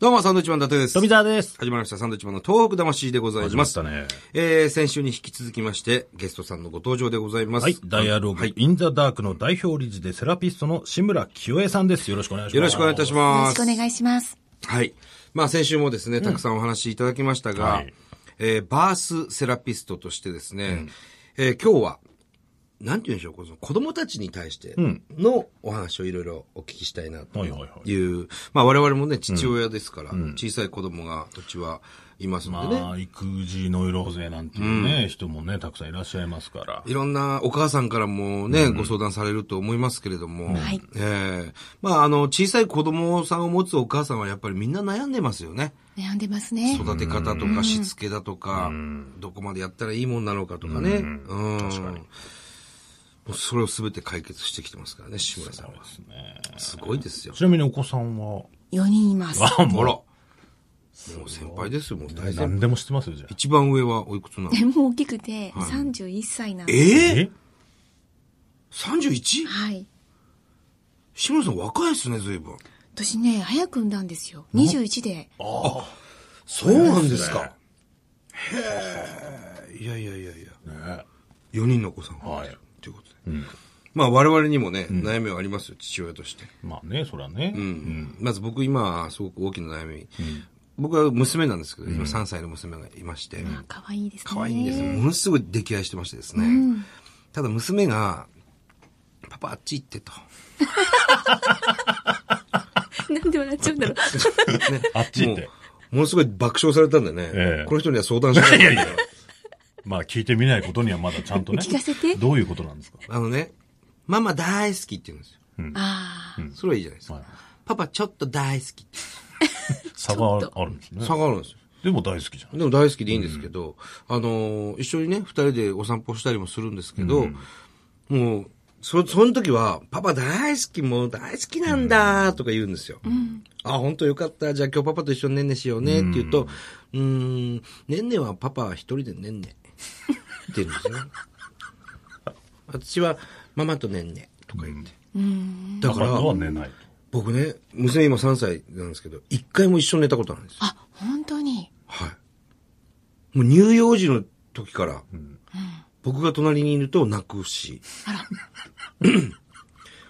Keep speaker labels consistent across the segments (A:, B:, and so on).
A: どうも、サンドウィッチマン伊達です。
B: 富澤です。
A: 始まりました、サンドウィッチマンの東北魂でございます。
B: 始まったね
A: えー、先週に引き続きまして、ゲストさんのご登場でございます。
B: はい。ダイアログ、
A: はい
B: インザダークの代表理事でセラピストの志村清江さんです。よろしくお願いします。
A: よろしくお願いいたし
C: よ
A: ま
C: ろ
A: す。
C: しくお願いします。
A: はい。まあ、先週もですね、たくさんお話しいただきましたが、
B: はい
A: えー、バースセラピストとしてですね、えー、今日は、なんて言うんでしょう、この子供たちに対してのお話をいろいろお聞きしたいなと
B: はいいはいは
A: う、まあ我々もね、父親ですから、小さい子供がうちはいますのでね、
B: まあ、育児ノイローゼなんていうね、人もね、たくさんいらっしゃいますから。
A: いろんなお母さんからもね、ご相談されると思いますけれども、
C: はい
A: ええまああの、小さい子供さんを持つお母さんはやっぱりみんな悩んでますよね。
C: 悩んでますね。
A: 育て方とかしつけだとか、どこまでやったらいいもんなのかとかね。うん。確かに。もうそれを全て解決してきてますからね、志村さんは。
B: ですね。
A: すごいですよ。
B: ちなみにお子さんは、
C: 4人います。
B: あ、
A: ほら。
B: も
A: もう先輩ですよ、もう
B: う、
A: 大先輩。
B: 何でも知ってますよ、じゃあ。
A: 一番上はおいくつなの
C: でも大きくて31歳なん
A: え
C: です。
A: ー、?31?
C: はい。
A: 志村さん若いですね、随分。
C: 私ね、早く産んだんですよ。21で。
A: そうなんですか。へえ。いやいやいやいや。
B: ね
A: 4人のお子さんが
B: はい
A: いるということで。まあ我々にもね、悩みはありますよ、父親として。
B: まあね、そらね。
A: うんまず僕今、すごく大きな悩み。僕は娘なんですけど、今3歳の娘がいまして、
C: あ可愛いですね。
A: 可愛いんですよ。ものすごい溺愛してましてですね。ただ娘が、パパあっち行ってと。
C: なんで笑っちゃうんだ ろう。
B: あっち行っ
A: も
B: て。
A: うものすごい爆笑されたんでね、
B: ええ
A: この人には相談し ない
B: いやいやいやまあ、聞いてみないことにはまだち ゃんとね。
C: 聞かせて
B: どういうことなんですか
A: あのね、ママ大好きって言うんですよ。
C: ああ。
A: それはいいじゃないですか。
B: はい
A: パパちょっと大好きって。
B: 差があるんですね。
A: 差があるんですよ。
B: でも大好きじゃん。
A: でも大好きでいいんですけど、あのー、一緒にね、二人でお散歩したりもするんですけど、もう、そ、その時は、パパ大好き、もう大好きなんだ、とか言うんですよ。あ、本当よかった。じゃあ今日パパと一緒にねんねしようね、って言うと、うーん、ねんねはパパは一人でねんね。って言うんです よね。私は、ママとねんね、とか言って。だ
B: だ
A: か
B: からら、は寝ないと。
A: 僕ね、娘今3歳なんですけど、一回も一緒に寝たことないんですよ。
C: あ、本当に。
A: はい。もう乳幼児の時から、僕が隣にいると泣くし。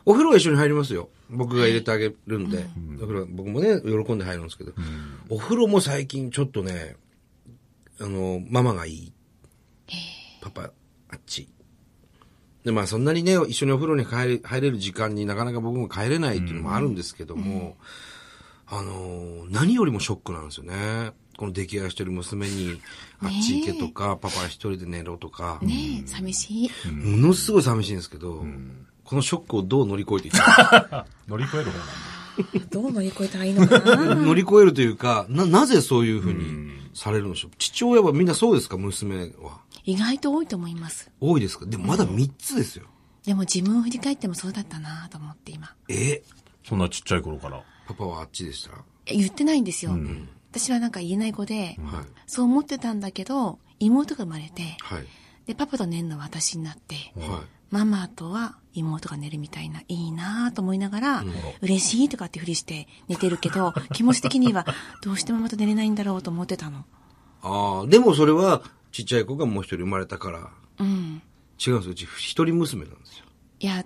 A: お風呂は一緒に入りますよ。僕が入れてあげるんで。お風呂僕もね、喜んで入るんですけど。お風呂も最近ちょっとね、あの、ママがいい。パパ、あっち。で、まあそんなにね、一緒にお風呂に入れ入れる時間になかなか僕も帰れないっていうのもあるんですけども、あのー何よりもショックなんですよね。この出来合いしてる娘に、あっち行けとか、パパは一人で寝ろとか、
C: ねえ、寂しい。
A: ものすごい寂しいんですけど、このショックをどう乗り越えていく か。
B: 乗り越える方なんだ。
C: どう乗り越えたらいいのかな。
A: 乗り越えるというか、な、なぜそういうふうにされるんでしょう。父親はみんなそうですか、娘は。
C: 意外と多いと思います。
A: 多いですかでもまだ3つですよ。
C: でも自分を振り返ってもそうだったなと思って今。
A: え
B: そんなちっちゃい頃から。
A: パパはあっちでしたは
C: え言ってないんですよ。私はなんか言えない子で、
A: い。
C: そう思ってたんだけど、妹が生まれて、
A: はい。
C: で、パパと寝るのは私になって、
A: は
C: ママとは妹が寝るみたいな、いいなぁと思いながら、嬉しいとかってふりして寝てるけ ど、気持ち的にはどうしてママと寝れないんだろうと思ってたの。
A: い。ああ、でもそれは、ちっちゃい子がもう一人生まれたから、
C: うん。
A: 違うんですよ。うち一人娘なんですよ。
C: いや、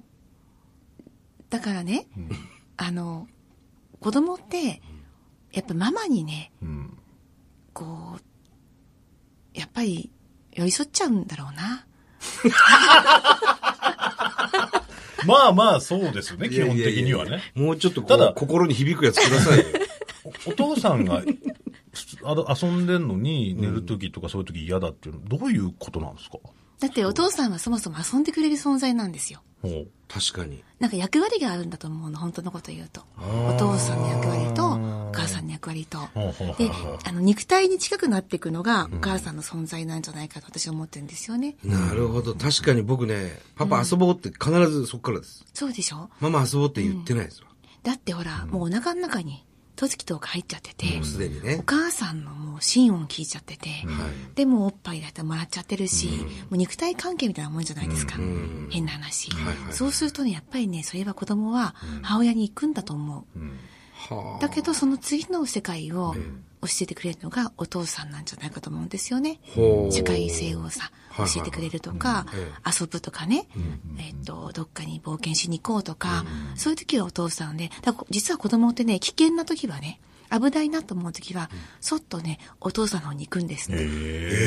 C: だからね、あの、子供って、やっぱママにね、
B: うん。
C: こう、やっぱり寄り添っちゃうんだろうな。
B: まあまあ、そうですよね、基本的にはい
A: やいやい
B: ね。
A: やもうちょっとこ
B: ただ
A: う、心に響くやつくだ さいよ。
B: お父さんが、あの遊んでんのに、寝る時とかそういう時嫌だっていうの、どういうことなんですか
C: だってお父さんはそもそも遊んでくれる存在なんですよ。
B: ほう。
A: 確かに。
C: なんか役割があるんだと思うの、本当のこと言うと。お父さんの役割と、お母さんの役割と。
B: ほうほうほう
C: で
B: ほう、
C: あの、肉体に近くなっていくのが、お母さんの存在なんじゃないかと私は思ってるんですよね。
A: なるほど。確かに僕ね、パパ遊ぼうって必ずそっからです。
C: そうでしょ
A: ママ遊ぼうって言ってないですわ。
C: だってほら、もうお腹の中に、トツキとか入っちゃってて、
A: もうすでに
C: お
A: ね。
C: 母さんのもう心音聞いちゃってて、でもうおっぱいだってもらっちゃってるし、もう肉体関係みたいなもんじゃないですか。変な話、
A: はいはい
C: そうするとね、やっぱりね、そういえば子供は母親に行くんだと思う。
A: はあ
C: だけどその次の世界を教えてくれるのがお父さんなんじゃないかと思うんですよね。
A: ほう
C: 社会性をさ、
A: はいは
C: 教
A: いはい
C: えてくれるとか
A: うんえ、
C: 遊ぶとかね、えっと、どっかに冒険しに行こうとか、そういう時はお父さんで、だから実は子供ってね、危険な時はね、危ないなと思う時は、そっとね、お父さんの方に行くんですって。
A: え、
B: え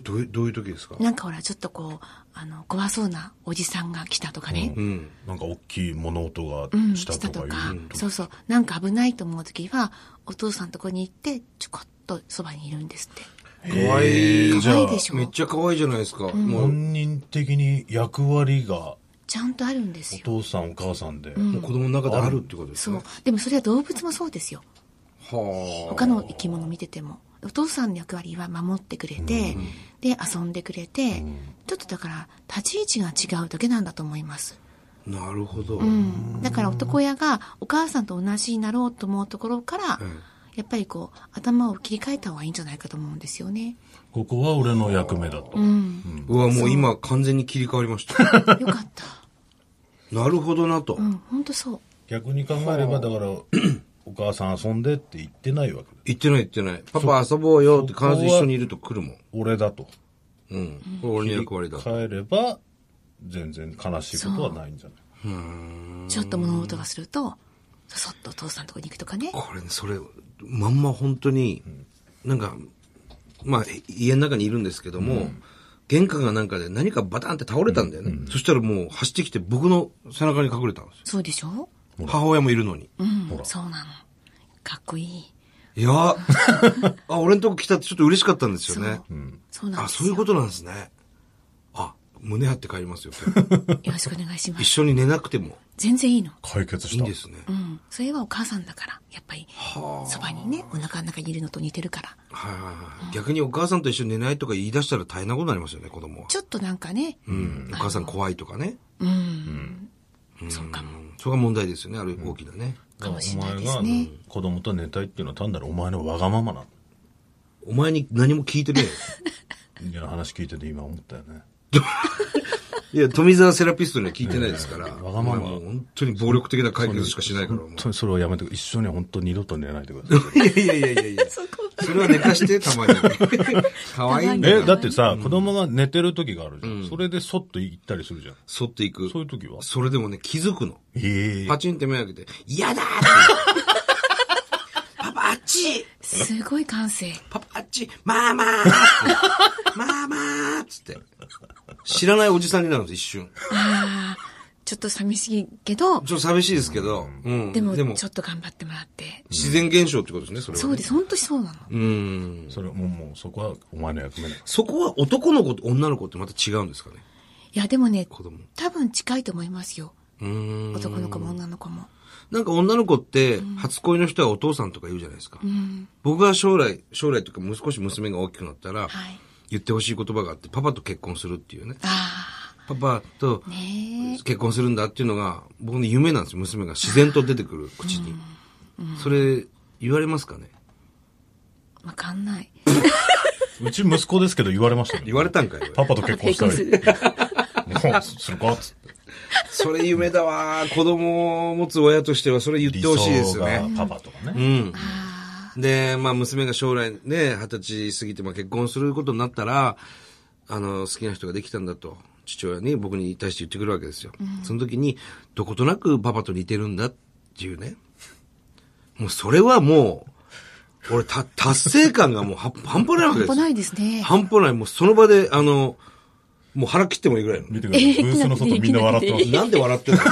A: どういう、どういう時ですか
C: なんかほら、ちょっとこう、あの、怖そうなおじさんが来たとかね。
A: うん。
B: なんか大きい物音が
C: うん、
B: した
C: した
B: と
C: と
B: かいう
C: か、
B: と
C: そうそう、なんか危ないと思うときは、お父さんのとこに行って、ちょこっとそばにいるんですって。
A: かわいい。
C: 可愛いでしょ
A: めっちゃ可愛いじゃないですか。もう、も
B: 本人的に役割が
C: ちゃんとあるんです
B: お
C: よ。
B: 父さんお母さんで、
A: う子供の中であるってことです
C: そ
A: ね
C: う。。でもそれは動物もそうですよ。
A: はあ。
C: 他の生き物見てても。お父さんの役割は守ってくれて、で、遊んでくれて、ちょっとだから、立ち位置が違うだけなんだと思います。
A: なるほど。
C: うん。だから男親がお母さんと同じになろうと思うところから、
A: ん
C: やっぱりこう、頭を切り替えた方がいいんじゃないかと思うんですよね。
B: ここは俺の役目だと、
C: うん。
A: うわ、もう今完全に切り替わりました。
C: よかった。
A: なるほどなと
C: う。ん、ほんとそう。
B: 逆に考えればだからお母さん遊んでって言ってないわけだ
A: 言ってない言ってない。パパ遊ぼうよって必ず一緒にいると来るもん。
B: 俺だと
A: うん。これ俺の役割だ。
B: 帰れば全然悲しいことはないんじゃない
C: ちょっと物音がすると、そそっとお父さんのとこに行くとかね。
A: これね、それ、まんま本当に、なんか、まあ、家の中にいるんですけども、玄関がなんかで何かバタンって倒れたんだよね。そしたらもう走ってきて僕の背中に隠れたんです
C: そうでしょ
A: よ。母親もいるのに。
C: うん、そうなの。かっこいい。
A: いや あ、俺のとこ来たってちょっと嬉しかったんです
C: そ
A: よ
C: う。
A: ね。
C: そうなん
A: あ、
C: です
A: そうい
C: よ。
A: うことなんですね。あ、胸張って帰り ますよ。今日
C: よろしくお願いしま
A: 一
C: す。
A: 緒に寝なくて も
C: 全然いいの。
B: 解決
A: い
B: し
A: いん
B: た
A: ですね。
C: うん。それはお母さんだから。やっぱり、そばにね、お腹の中にいるのと似てるから。
A: はいはいはい。逆にお母さんと一緒に寝ないとか言い出したら大変なことになりますよね、子供は。
C: ちょっとなんかね、
A: うん。お母さん怖いとかね。
C: うん。そうかも。
A: うんそれが問題ですよね、ある大きなね。
C: かもし
B: お
C: れない
B: 前
C: で
B: が
C: すね。
B: 子供と寝たいっていうのは単なるお前のわがままなの
A: お前に何も聞いて ね
B: みたいな話聞いてて今思ったよね
A: えよ。いや、富澤セラピストには聞いてないですから。
B: うんわがま
A: お
B: ま
A: 前もう本当に暴力的な解決しかしないから、もう
B: 本当にそれをやめて一緒には本当に二度と寝ないでく ださい
A: いやいやいやいや。それは寝かして、たまに。可愛いんだ
B: え
A: よ。
B: だってさ、子供が寝てる時があるじゃん、それでそっと行ったりするじゃん
A: そっていく。
B: そういう時は
A: それでもね、気づくの。
B: ええ
A: パチンって目開けて、嫌だー って。パパあっち
C: すごい感性。
A: パパあっちマーマーってマーマーっつって。知らないおじさんになるんです、一瞬。
C: ああ、ちょっと寂しいけど、
A: ちょっと寂しいですけど。うん。
C: でも、ちょっと頑張ってもらって。
A: 自然現象ってことですね、それは、ね。
C: そうです。本当にそうなの。
A: うん。
B: それもうもうそこはお前の役目だ
A: そこは男の子と女の子ってまた違うんですかね、
C: いや、でもね、
A: 子供。
C: 多分近いと思いますよ。
A: うーん。
C: 男の子も女の子も。
A: なんか女の子って、初恋の人はお父さんとか言うじゃないですか。
C: うん。
A: 僕は将来、将来というか少し娘が大きくなったら、
C: はい。
A: 言ってほしい言葉があって、パパと結婚するっていうね。
C: あ
A: パパと
C: あ、ねえ。
A: 結婚するんだっていうのが、僕の夢なんですよ。娘が自然と出てくる口に。それ、言われますかね
C: わかんない。
B: うち息子ですけど言われましたね
A: 言われたんかい
B: パパと結婚したい
C: パ
B: もうするかっつって
A: それ夢だわー。子供を持つ親としてはそれ言ってほしいですよね。
B: 理想がパパとか
A: う
B: ね、
A: ん。
C: あ
A: で、まあ娘が将来ね、二十歳過ぎてまあ結婚することになったら、あの、好きな人ができたんだと、父親に僕に対して言ってくるわけですよ。その時に、どことなくパパと似てるんだっていうね。もうそれはもう、俺、た、達成感がもう は半端ないわ
C: あ。
A: けです
C: 半
A: よ
C: 端ないですね。
A: 半端ない。もうその場で、あの、もう腹切ってもいいぐらいの。
B: 見てくださいブースの外みんな笑ってます
A: なんで笑ってん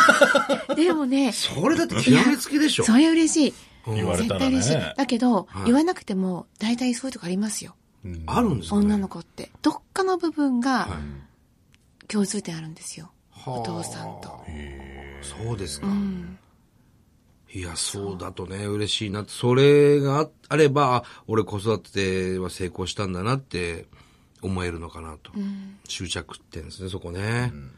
A: の
C: でもね、
A: それだって極めつきでしょ。
C: それ嬉しい。
B: 言われ
C: 絶
B: た
C: 対
B: ら
C: 嬉しい。
B: ね
C: だけど、言わなくても、大体そういうとこありますよ。
B: うん
A: あるんですか、ね、
C: 女の子って。どっかの部分が、共通点あるんですよ。
A: あ
C: お父さんと。
A: そうですか。いや、そうだとね、嬉しいなって。それがああれば、あ俺子育ては成功したんだなって思えるのかなと。執着点ですね、そこね。うん。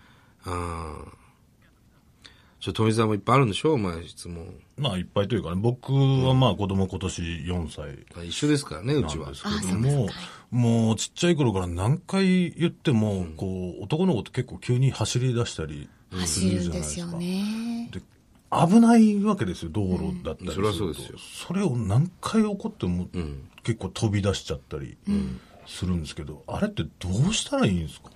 A: ちょ、富澤もいっぱいあるんでしょお前質問。
B: まあいっぱいというかね僕はまあ子供今年4歳
A: 一緒ですからね、うち
B: な
A: は
B: んで。すけども、もうちっちゃい頃から何回言っても、こう、男の子って結構急に走り出したりす
C: 走
B: る
C: る
B: じゃ
C: ん
B: ない
C: で
B: ですす
C: よ
B: か。
C: ね。
B: で危ないわけですよ、道路だった
A: うん
B: りす
A: それ
B: ると。
A: はそうですよ
B: それを何回起こっても、
A: ん
B: 結構飛び出しちゃったりするんですけど、あれってどうしたらいいんですか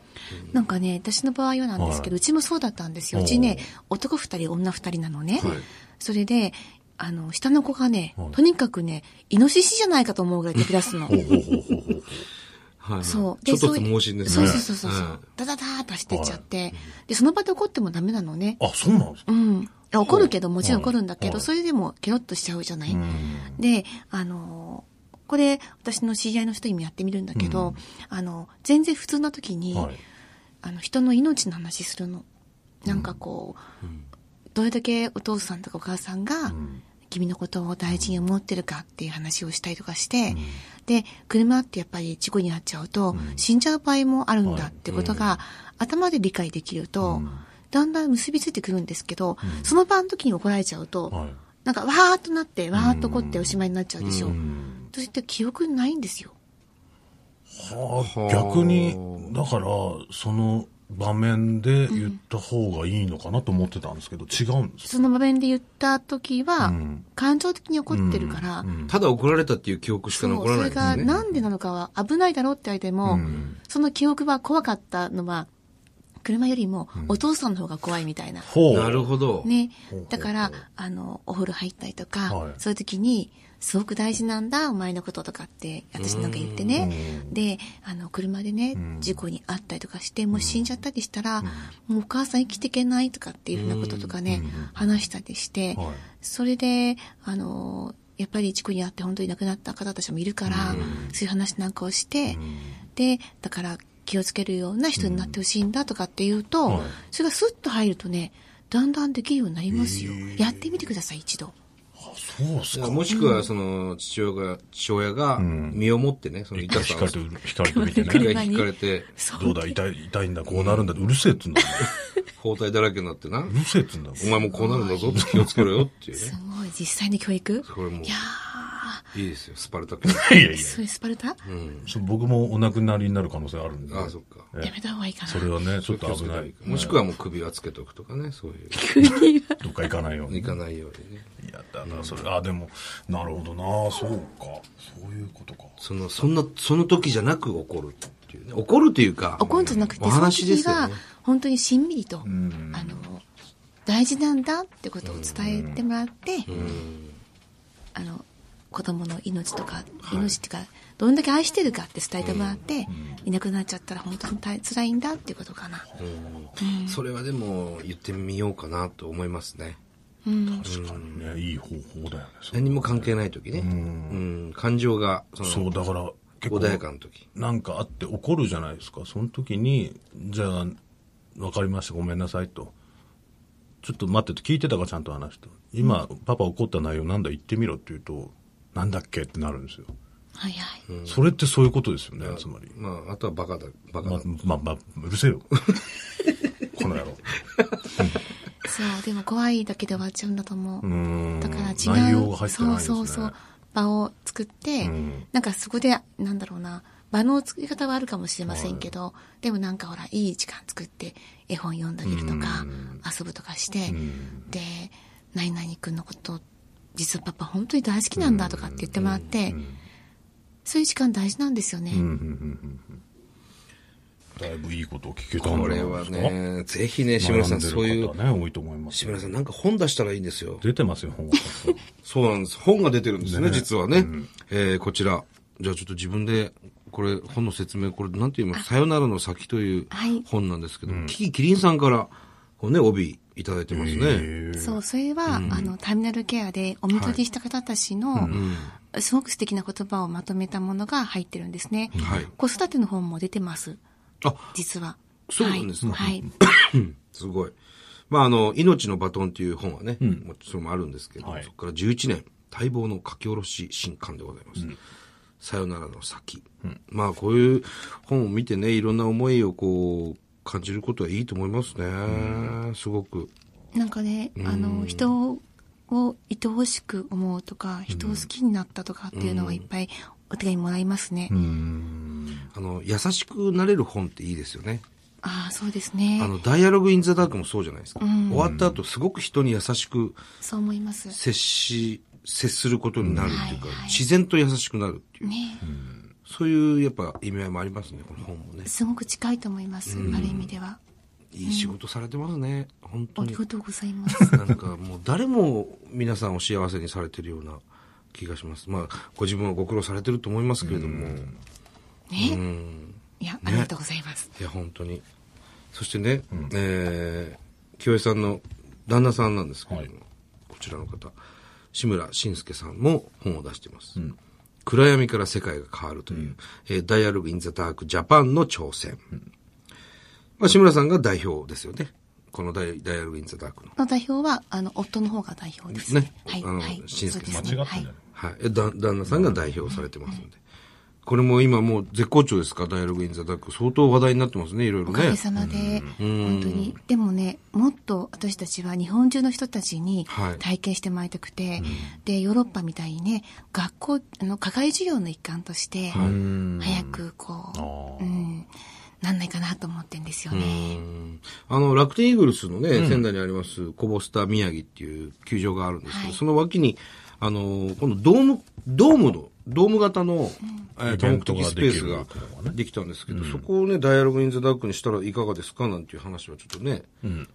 C: なんかね、私の場合はなんですけど、
B: はいう
C: ちもそうだったんですよ。
B: お
C: う
B: う
C: ちね、男二人、女二人なのね。
A: はい
C: それで、あの、下の子がね、
B: はい
C: とにかくね、イノシシじゃないかと思うぐらい飛び出すの。
B: ほうほうほうほう
A: はい。
C: そう。
A: ちょっと
C: そう
A: 盲信です
C: そう
A: ね。
C: そうそうそう。
A: は
C: ダダダーッと走ってっちゃって、で、その場で怒ってもダメなのね。
B: あ、そうなんですか
C: うん。あ怒るけど、もちろん怒るんだけど、
B: はい
C: それでもケロッとしちゃうじゃない、
B: うん
C: で、あのーこれ、私の知り合いの人にもやってみるんだけど、あの、全然普通な時に、
B: はい。
C: あの、人の命の話するの。なんかこう、どれだけお父さんとかお母さんが、
B: ん
C: 君のことを大事に思ってるかっていう話をしたりとかして、で、車ってやっぱり事故に遭っちゃうと、死んじゃう場合もあるんだってことが、頭で理解できると、だんだん結びついてくるんですけど、その場の時に怒られちゃうと、
B: はい。
C: なんかわーっとなって、わーっと怒っておしまいになっちゃうでしょ。
B: うん
C: それって記憶にないんですよ。
B: はあ逆に、だから、その場面で言った方がいいのかなと思ってたんですけど、違うんですか
C: その場面で言った時は、
B: うん
C: 感情的に怒ってるから、
A: いただ怒られたっていう記憶しか
C: そう
A: 残らないです
C: それが
A: ね。
C: なんでなのかは危ないだろうって言われても、
B: うん
C: その記憶は怖かったのは、車よりもお父さんの方が怖いみたいな。
B: ほう。
A: なるほど。
C: ね
B: ほうほう。
C: だから、あの、お風呂入ったりとか、
B: はい
C: そういう時に、すごく大事なんだ、お前のこととかって、私なんか言ってね。で、あの、車でね
B: うん、
C: 事故に遭ったりとかして、もう死んじゃったりしたら、もうお母さん生きていけないとかっていうふうなこととかね
B: うん、
C: 話したりして、
B: はい
C: それで、あの、やっぱり事故に遭って本当に亡くなった方たちもいるから、そういう話なんかをして、で、だから気をつけるような人になってほしいんだとかっていうと、
B: うんはい
C: それがスッと入るとね、だんだんできるようになりますよ。やってみてください、一度。
B: あそうですか。
A: もしくは、その、父親が、父親が、
B: ん
A: 身をもってね、その痛
B: 光
A: さ
B: か
A: を
B: れ、てる、光かれてみて
A: 一
B: ね。
A: 回引かれて、
C: そう
B: どうだ、痛い、痛いんだ、こうなるんだって、うるせえっつうんだ。
A: 包帯だらけになってな
B: う、るせえっつうんだ。
A: お前もこうなるんだぞって気をつけろよっていう
C: す
A: ね。
C: ごい、実際の教育
A: それも
C: いや
A: いいですよ、スパルタ君。
B: いやいやい
C: ー、
B: や
C: それスパルタ、
A: うん。
B: そう僕もお亡くなりになる可能性あるんで。
A: ああ、そっか。
B: え
C: やめた方がいいかな。
B: それはね、ちょっと危ない。
A: もしくはもう首はつけておくとかね、そういう。
B: どっか行かないように。
A: いかないようにね。
B: いやだな、それ、あ、でも、なるほどな、そうか。そういうことか。
A: その、そんな、その時じゃなく怒るっていうね。怒るというか、
C: 怒るんじゃなくて、
A: お話です
C: その
A: よ
C: 時
A: ね
C: は。、本当にしんみりと、
B: ん
C: あの、大事なんだってことを伝えてもらって、
A: うん。
C: あの子供の命とか命っていうか、どんだけ愛してるかって伝えてもらって、いなくなっちゃったら本当に大辛いんだっていうことかな、
A: うんそれはでも、言ってみようかなと思いますね。
C: うん、
B: 確かにね、いい方法だよね。それ
A: 何も関係ない時ね。うん。感情が、そ
B: そ
A: の、
B: う、だから、結構。
A: 穏やかな時。
B: なんかあって怒るじゃないですか。その時に、じゃあ、わかりました、ごめんなさいと。ちょっと待ってと聞いてたか、ちゃんと話と。今、パパ怒った内容なんだ言ってみろって言うと、なんだっけってなるんですよ。
C: はいはい、
B: それってそういうことですよね、つまり。
A: まあ、あとはバカだ、バカ
B: ま
A: だ。
B: あ、まあ、まあ、うるせえよ。 この野郎。
C: そうでも怖いだけで終わっちゃうんだと思う、
B: うーん。
C: だから違う
B: 内容が入ってないんですね。
C: そうそうそう場を作って、
B: うん
C: なんかそこでなんだろうな場の作り方はあるかもしれませんけど、でもなんかほらいい時間作って絵本読んだりとか、
B: うん
C: 遊ぶとかして、
B: うん
C: で「何々君のこと実はパパ本当に大好きなんだ」とかって言ってもらって、そういう時間大事なんですよね、
B: うんうんうんうんうんだいぶいいことを聞けたん
A: こ
B: じゃな
A: れ
B: いで
A: は
B: すか。
A: ね、ぜひね、志村さん、そうい
B: 悩
A: う、
B: でる方はね、多いと思います
A: 志
B: よ。
A: 村さん、なんか本出したらいいんですよ。
B: 出てますよ、本が。
A: そうなんです。本が出てるんですね、
B: ね
A: 実はね。えーこちら。じゃあちょっと自分で、これ、本の説明、これ、なんて言いますさよならの先という
C: はい
A: 本なんですけども、キキキリンさんから、こうね、帯いただいてますね。
B: へえ
C: そうそれは、あのターミナルケアでお見取りした方たちの、すごく素敵な言葉をまとめたものが入ってるんですね、
A: はい
C: 子育ての本も出てます
A: あ、
C: 実は
A: そうなんですね
C: はい、はい
A: すごい。まあ、あの、命のバトンっていう本はね、もちそれもあるんですけど、
B: はい
A: そこから11年、待望の書き下ろし新刊でございます。さよならの先。まあ、こういう本を見てね、いろんな思いをこう、感じることはいいと思いますね。すごく。
C: なんかねあの人を愛おしく思うとか人を好きになったとかっていうのがいっぱいお手紙もらいますね、
B: うーん
A: あの、優しくなれる本っていいですよね。
C: ああ、そうですね。
A: あの、ダイアログ・イン・ザ・ダークもそうじゃないですか。
C: うん
A: 終わった後、すごく人に優しく
C: そう思います。
A: 接し、接することになるっていうか、
C: うんはいはい
A: 自然と優しくなるっていう、
C: ね、
A: そういうやっぱ意味合いもありますね、この本もね。
C: すごく近いと思います。ある意味では。
A: いい仕事されてますね、本
C: あ
A: 当
C: り
A: に
C: が。とうございます。
A: なんかもう誰も皆さんを幸せにされてるような気がします。まあ、ご自分はご苦労されてると思いますけれども。う
C: ね。
A: ん。
C: いや、ありがとうございます。
A: いや、本当に。そしてね、えー、清江さんの旦那さんなんですけれども、こちらの方、志村慎介さんも本を出しています。暗闇から世界が変わるという、えーダイアログ・イン・ザ・ダーク・ジャパンの挑戦。まあ、志村さんが代表ですよね。このダイダイアログ・イン・ザ・ダークの。
C: の代表は、あの、夫の方が代表です
A: ね
C: ね。はい。
A: あの
C: はい。
A: 紳
C: そう
A: 助
C: で
A: さ
C: す
A: ん
B: 間違ってんじ
C: ね。
B: ゃ
A: は
B: ない
C: はい。
A: い。えだ旦那さんが代表されてますんで。これも今もう絶好調ですか、ダイアログ・イン・ザ・ダーク。相当話題になってますね、いろいろ
C: お
A: ね。
C: かげさまで、本当に。でもね、もっと私たちは日本中の人たちに
A: はい
C: 体験してもらいたくて、で、ヨーロッパみたいにね、学校、あの、課外授業の一環として、早くこう、うん、なんないかなと思ってんですよね。
A: うんあの、楽天イーグルスのね、仙台にあります、コボスタ宮城っていう球場があるんですけど、
C: はい
A: その脇に、あの、このドーム、ドームの、ドーム型の、えー
B: イ
A: 多
B: ベ
A: 目
B: ント
A: 的
B: が
A: スペースが
B: できるところがね
A: できたんですけど、そこをね、ダイアログインズダークにしたらいかがですかなんていう話はちょっとね、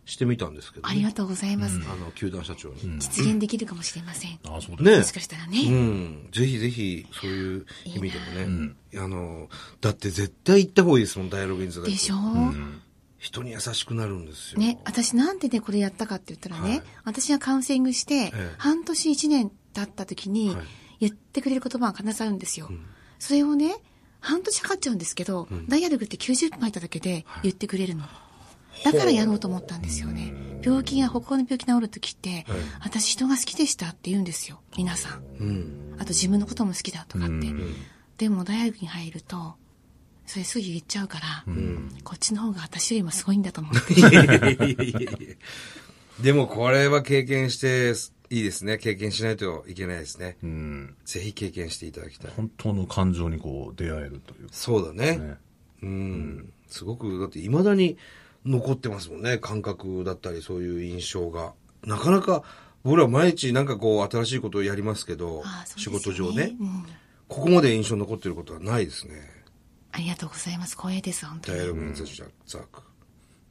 A: してみたんですけど、
C: あり
A: ね、
C: がとうございます。
A: あの、球団社長に。
C: 実現できるかもしれません。
B: ああ、そうです
A: ね
C: もしかしたら
A: う
C: ね。
A: ん。ぜひぜひ、そういう意味でもね、あの、だって絶対行った方がいいですもん、ダイアログインズダーク。
C: でしょ、
A: 人に優しくなるんですよ。
C: ね、私なんでね、これやったかって言ったらね、
A: はい
C: 私がカウンセリングして
A: え、
C: 半年一年経った時に
A: はい、
C: 言ってくれる言葉が必ずあるんですよ。それをね、半年かかっちゃうんですけど、ダイアログって90分入っただけで言ってくれるの。だからやろうと思ったんですよね。病気が、歩行の病気治る時って、私人が好きでしたって言うんですよ、皆さん。
A: うん。
C: あと自分のことも好きだとかって。でも大学に入ると、それすぐ言っちゃうから、こっちの方が私よりもすごいんだと思って。
A: いやいやいやいやいやでもこれは経験していいですね。経験しないといけないですね。
B: うん。
A: ぜひ経験していただきたい。
B: 本当の感情にこう出会えるという
A: そうだね。
B: かね。
A: うん。すごく、だって未だに残ってますもんね。感覚だったりそういう印象が。なかなか、僕ら毎日なんかこう新しいことをやりますけど、
C: ああそう
A: 仕
C: です
A: 事
C: よ
A: 上ね、
C: うん
A: ここまで印象に残ってることはないですね。
C: ありがとうございます。光栄です、本当
A: ダイ
C: に。
A: アログ・イン・ザ・ダーク。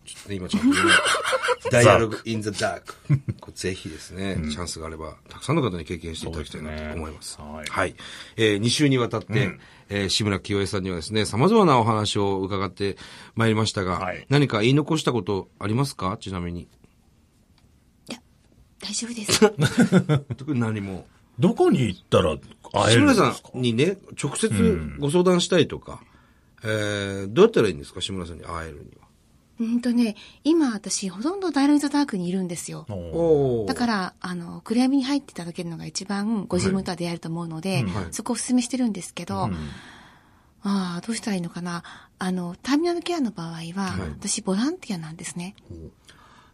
A: ちょっとね、今ちゃんと 言えないダイアログ・イン・ザ・ダーク。これぜひですね、チャンスがあれば、たくさんの方に経験していただきたいなと思います。
B: そうですねはい
A: はい。えー、2週にわたって、えー志村清江さんにはですね、様々なお話を伺ってまいりましたが、
B: はい
A: 何か言い残したことありますかちなみに。
C: いや、大丈夫です。
A: 特に何も。
B: どこに行ったら会
A: 志
B: えるん
A: 村
B: ですか
A: さんにね、直接ご相談したいとか、えー、どうやったらいいんですか志村さんに会えるには。
C: うんとね、今私、ほとんどダイアログインザダークにいるんですよ。
B: おー
A: ー
C: だから、あの、暗闇に入っていただけるのが一番ご自分とは出会えると思うので、
A: はい
C: そこをお勧めしてるんですけど、ああ、どうしたらいいのかな。あの、ターミナルケアの場合は、私、ボランティアなんですね。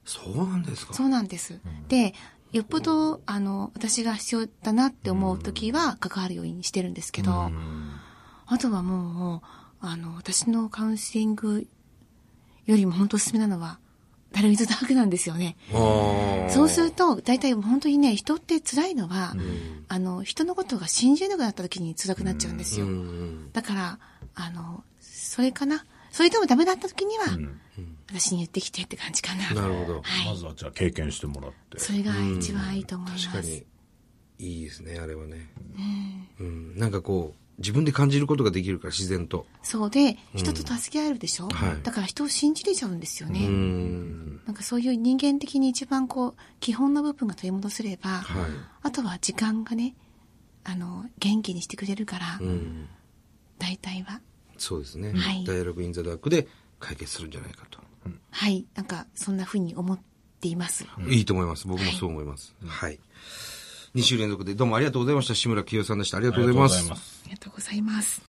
A: そうなんですか
C: そうなんです。で、よっぽど、あの、私が必要だなって思う時は関わるようにしてるんですけど、あとはもう、あの、私のカウンセリングよりも本当おすすめなのは、ダルミズダークなんですよね。
A: あー
C: そうすると、大体本当にね、人って辛いのは、あの、人のことが信じれなくなった時に辛くなっちゃうんですよ。
A: うん
C: だから、あの、それかな。それでもダメだった時には、私に言ってきてって感じかな。
A: なるほど。
C: はい
B: まずはじゃあ経験してもらって。
C: それが一番いいと思います。
A: 確かに、いいですね、あれはね。うん。なんかこう、自分で感じることができるから、自然と。
C: そうで、人と助け合えるでしょ、
A: はい
C: だから人を信じれちゃうんですよね。
A: うん。
C: なんかそういう人間的に一番こう、基本の部分が取り戻せれば、
A: はい
C: あとは時間がね、あの、元気にしてくれるから、
A: うん。
C: 大体は。
A: そうですね。
C: はい
A: ダイアログインザダークで解決するんじゃないかと。
C: はい、なんかそんな風に思っています。
A: いいと思います。僕もそう思います。はい。2週連続でどうもありがとうございました。志村清さんでした。ありがとうございます。
C: ありがとうございます。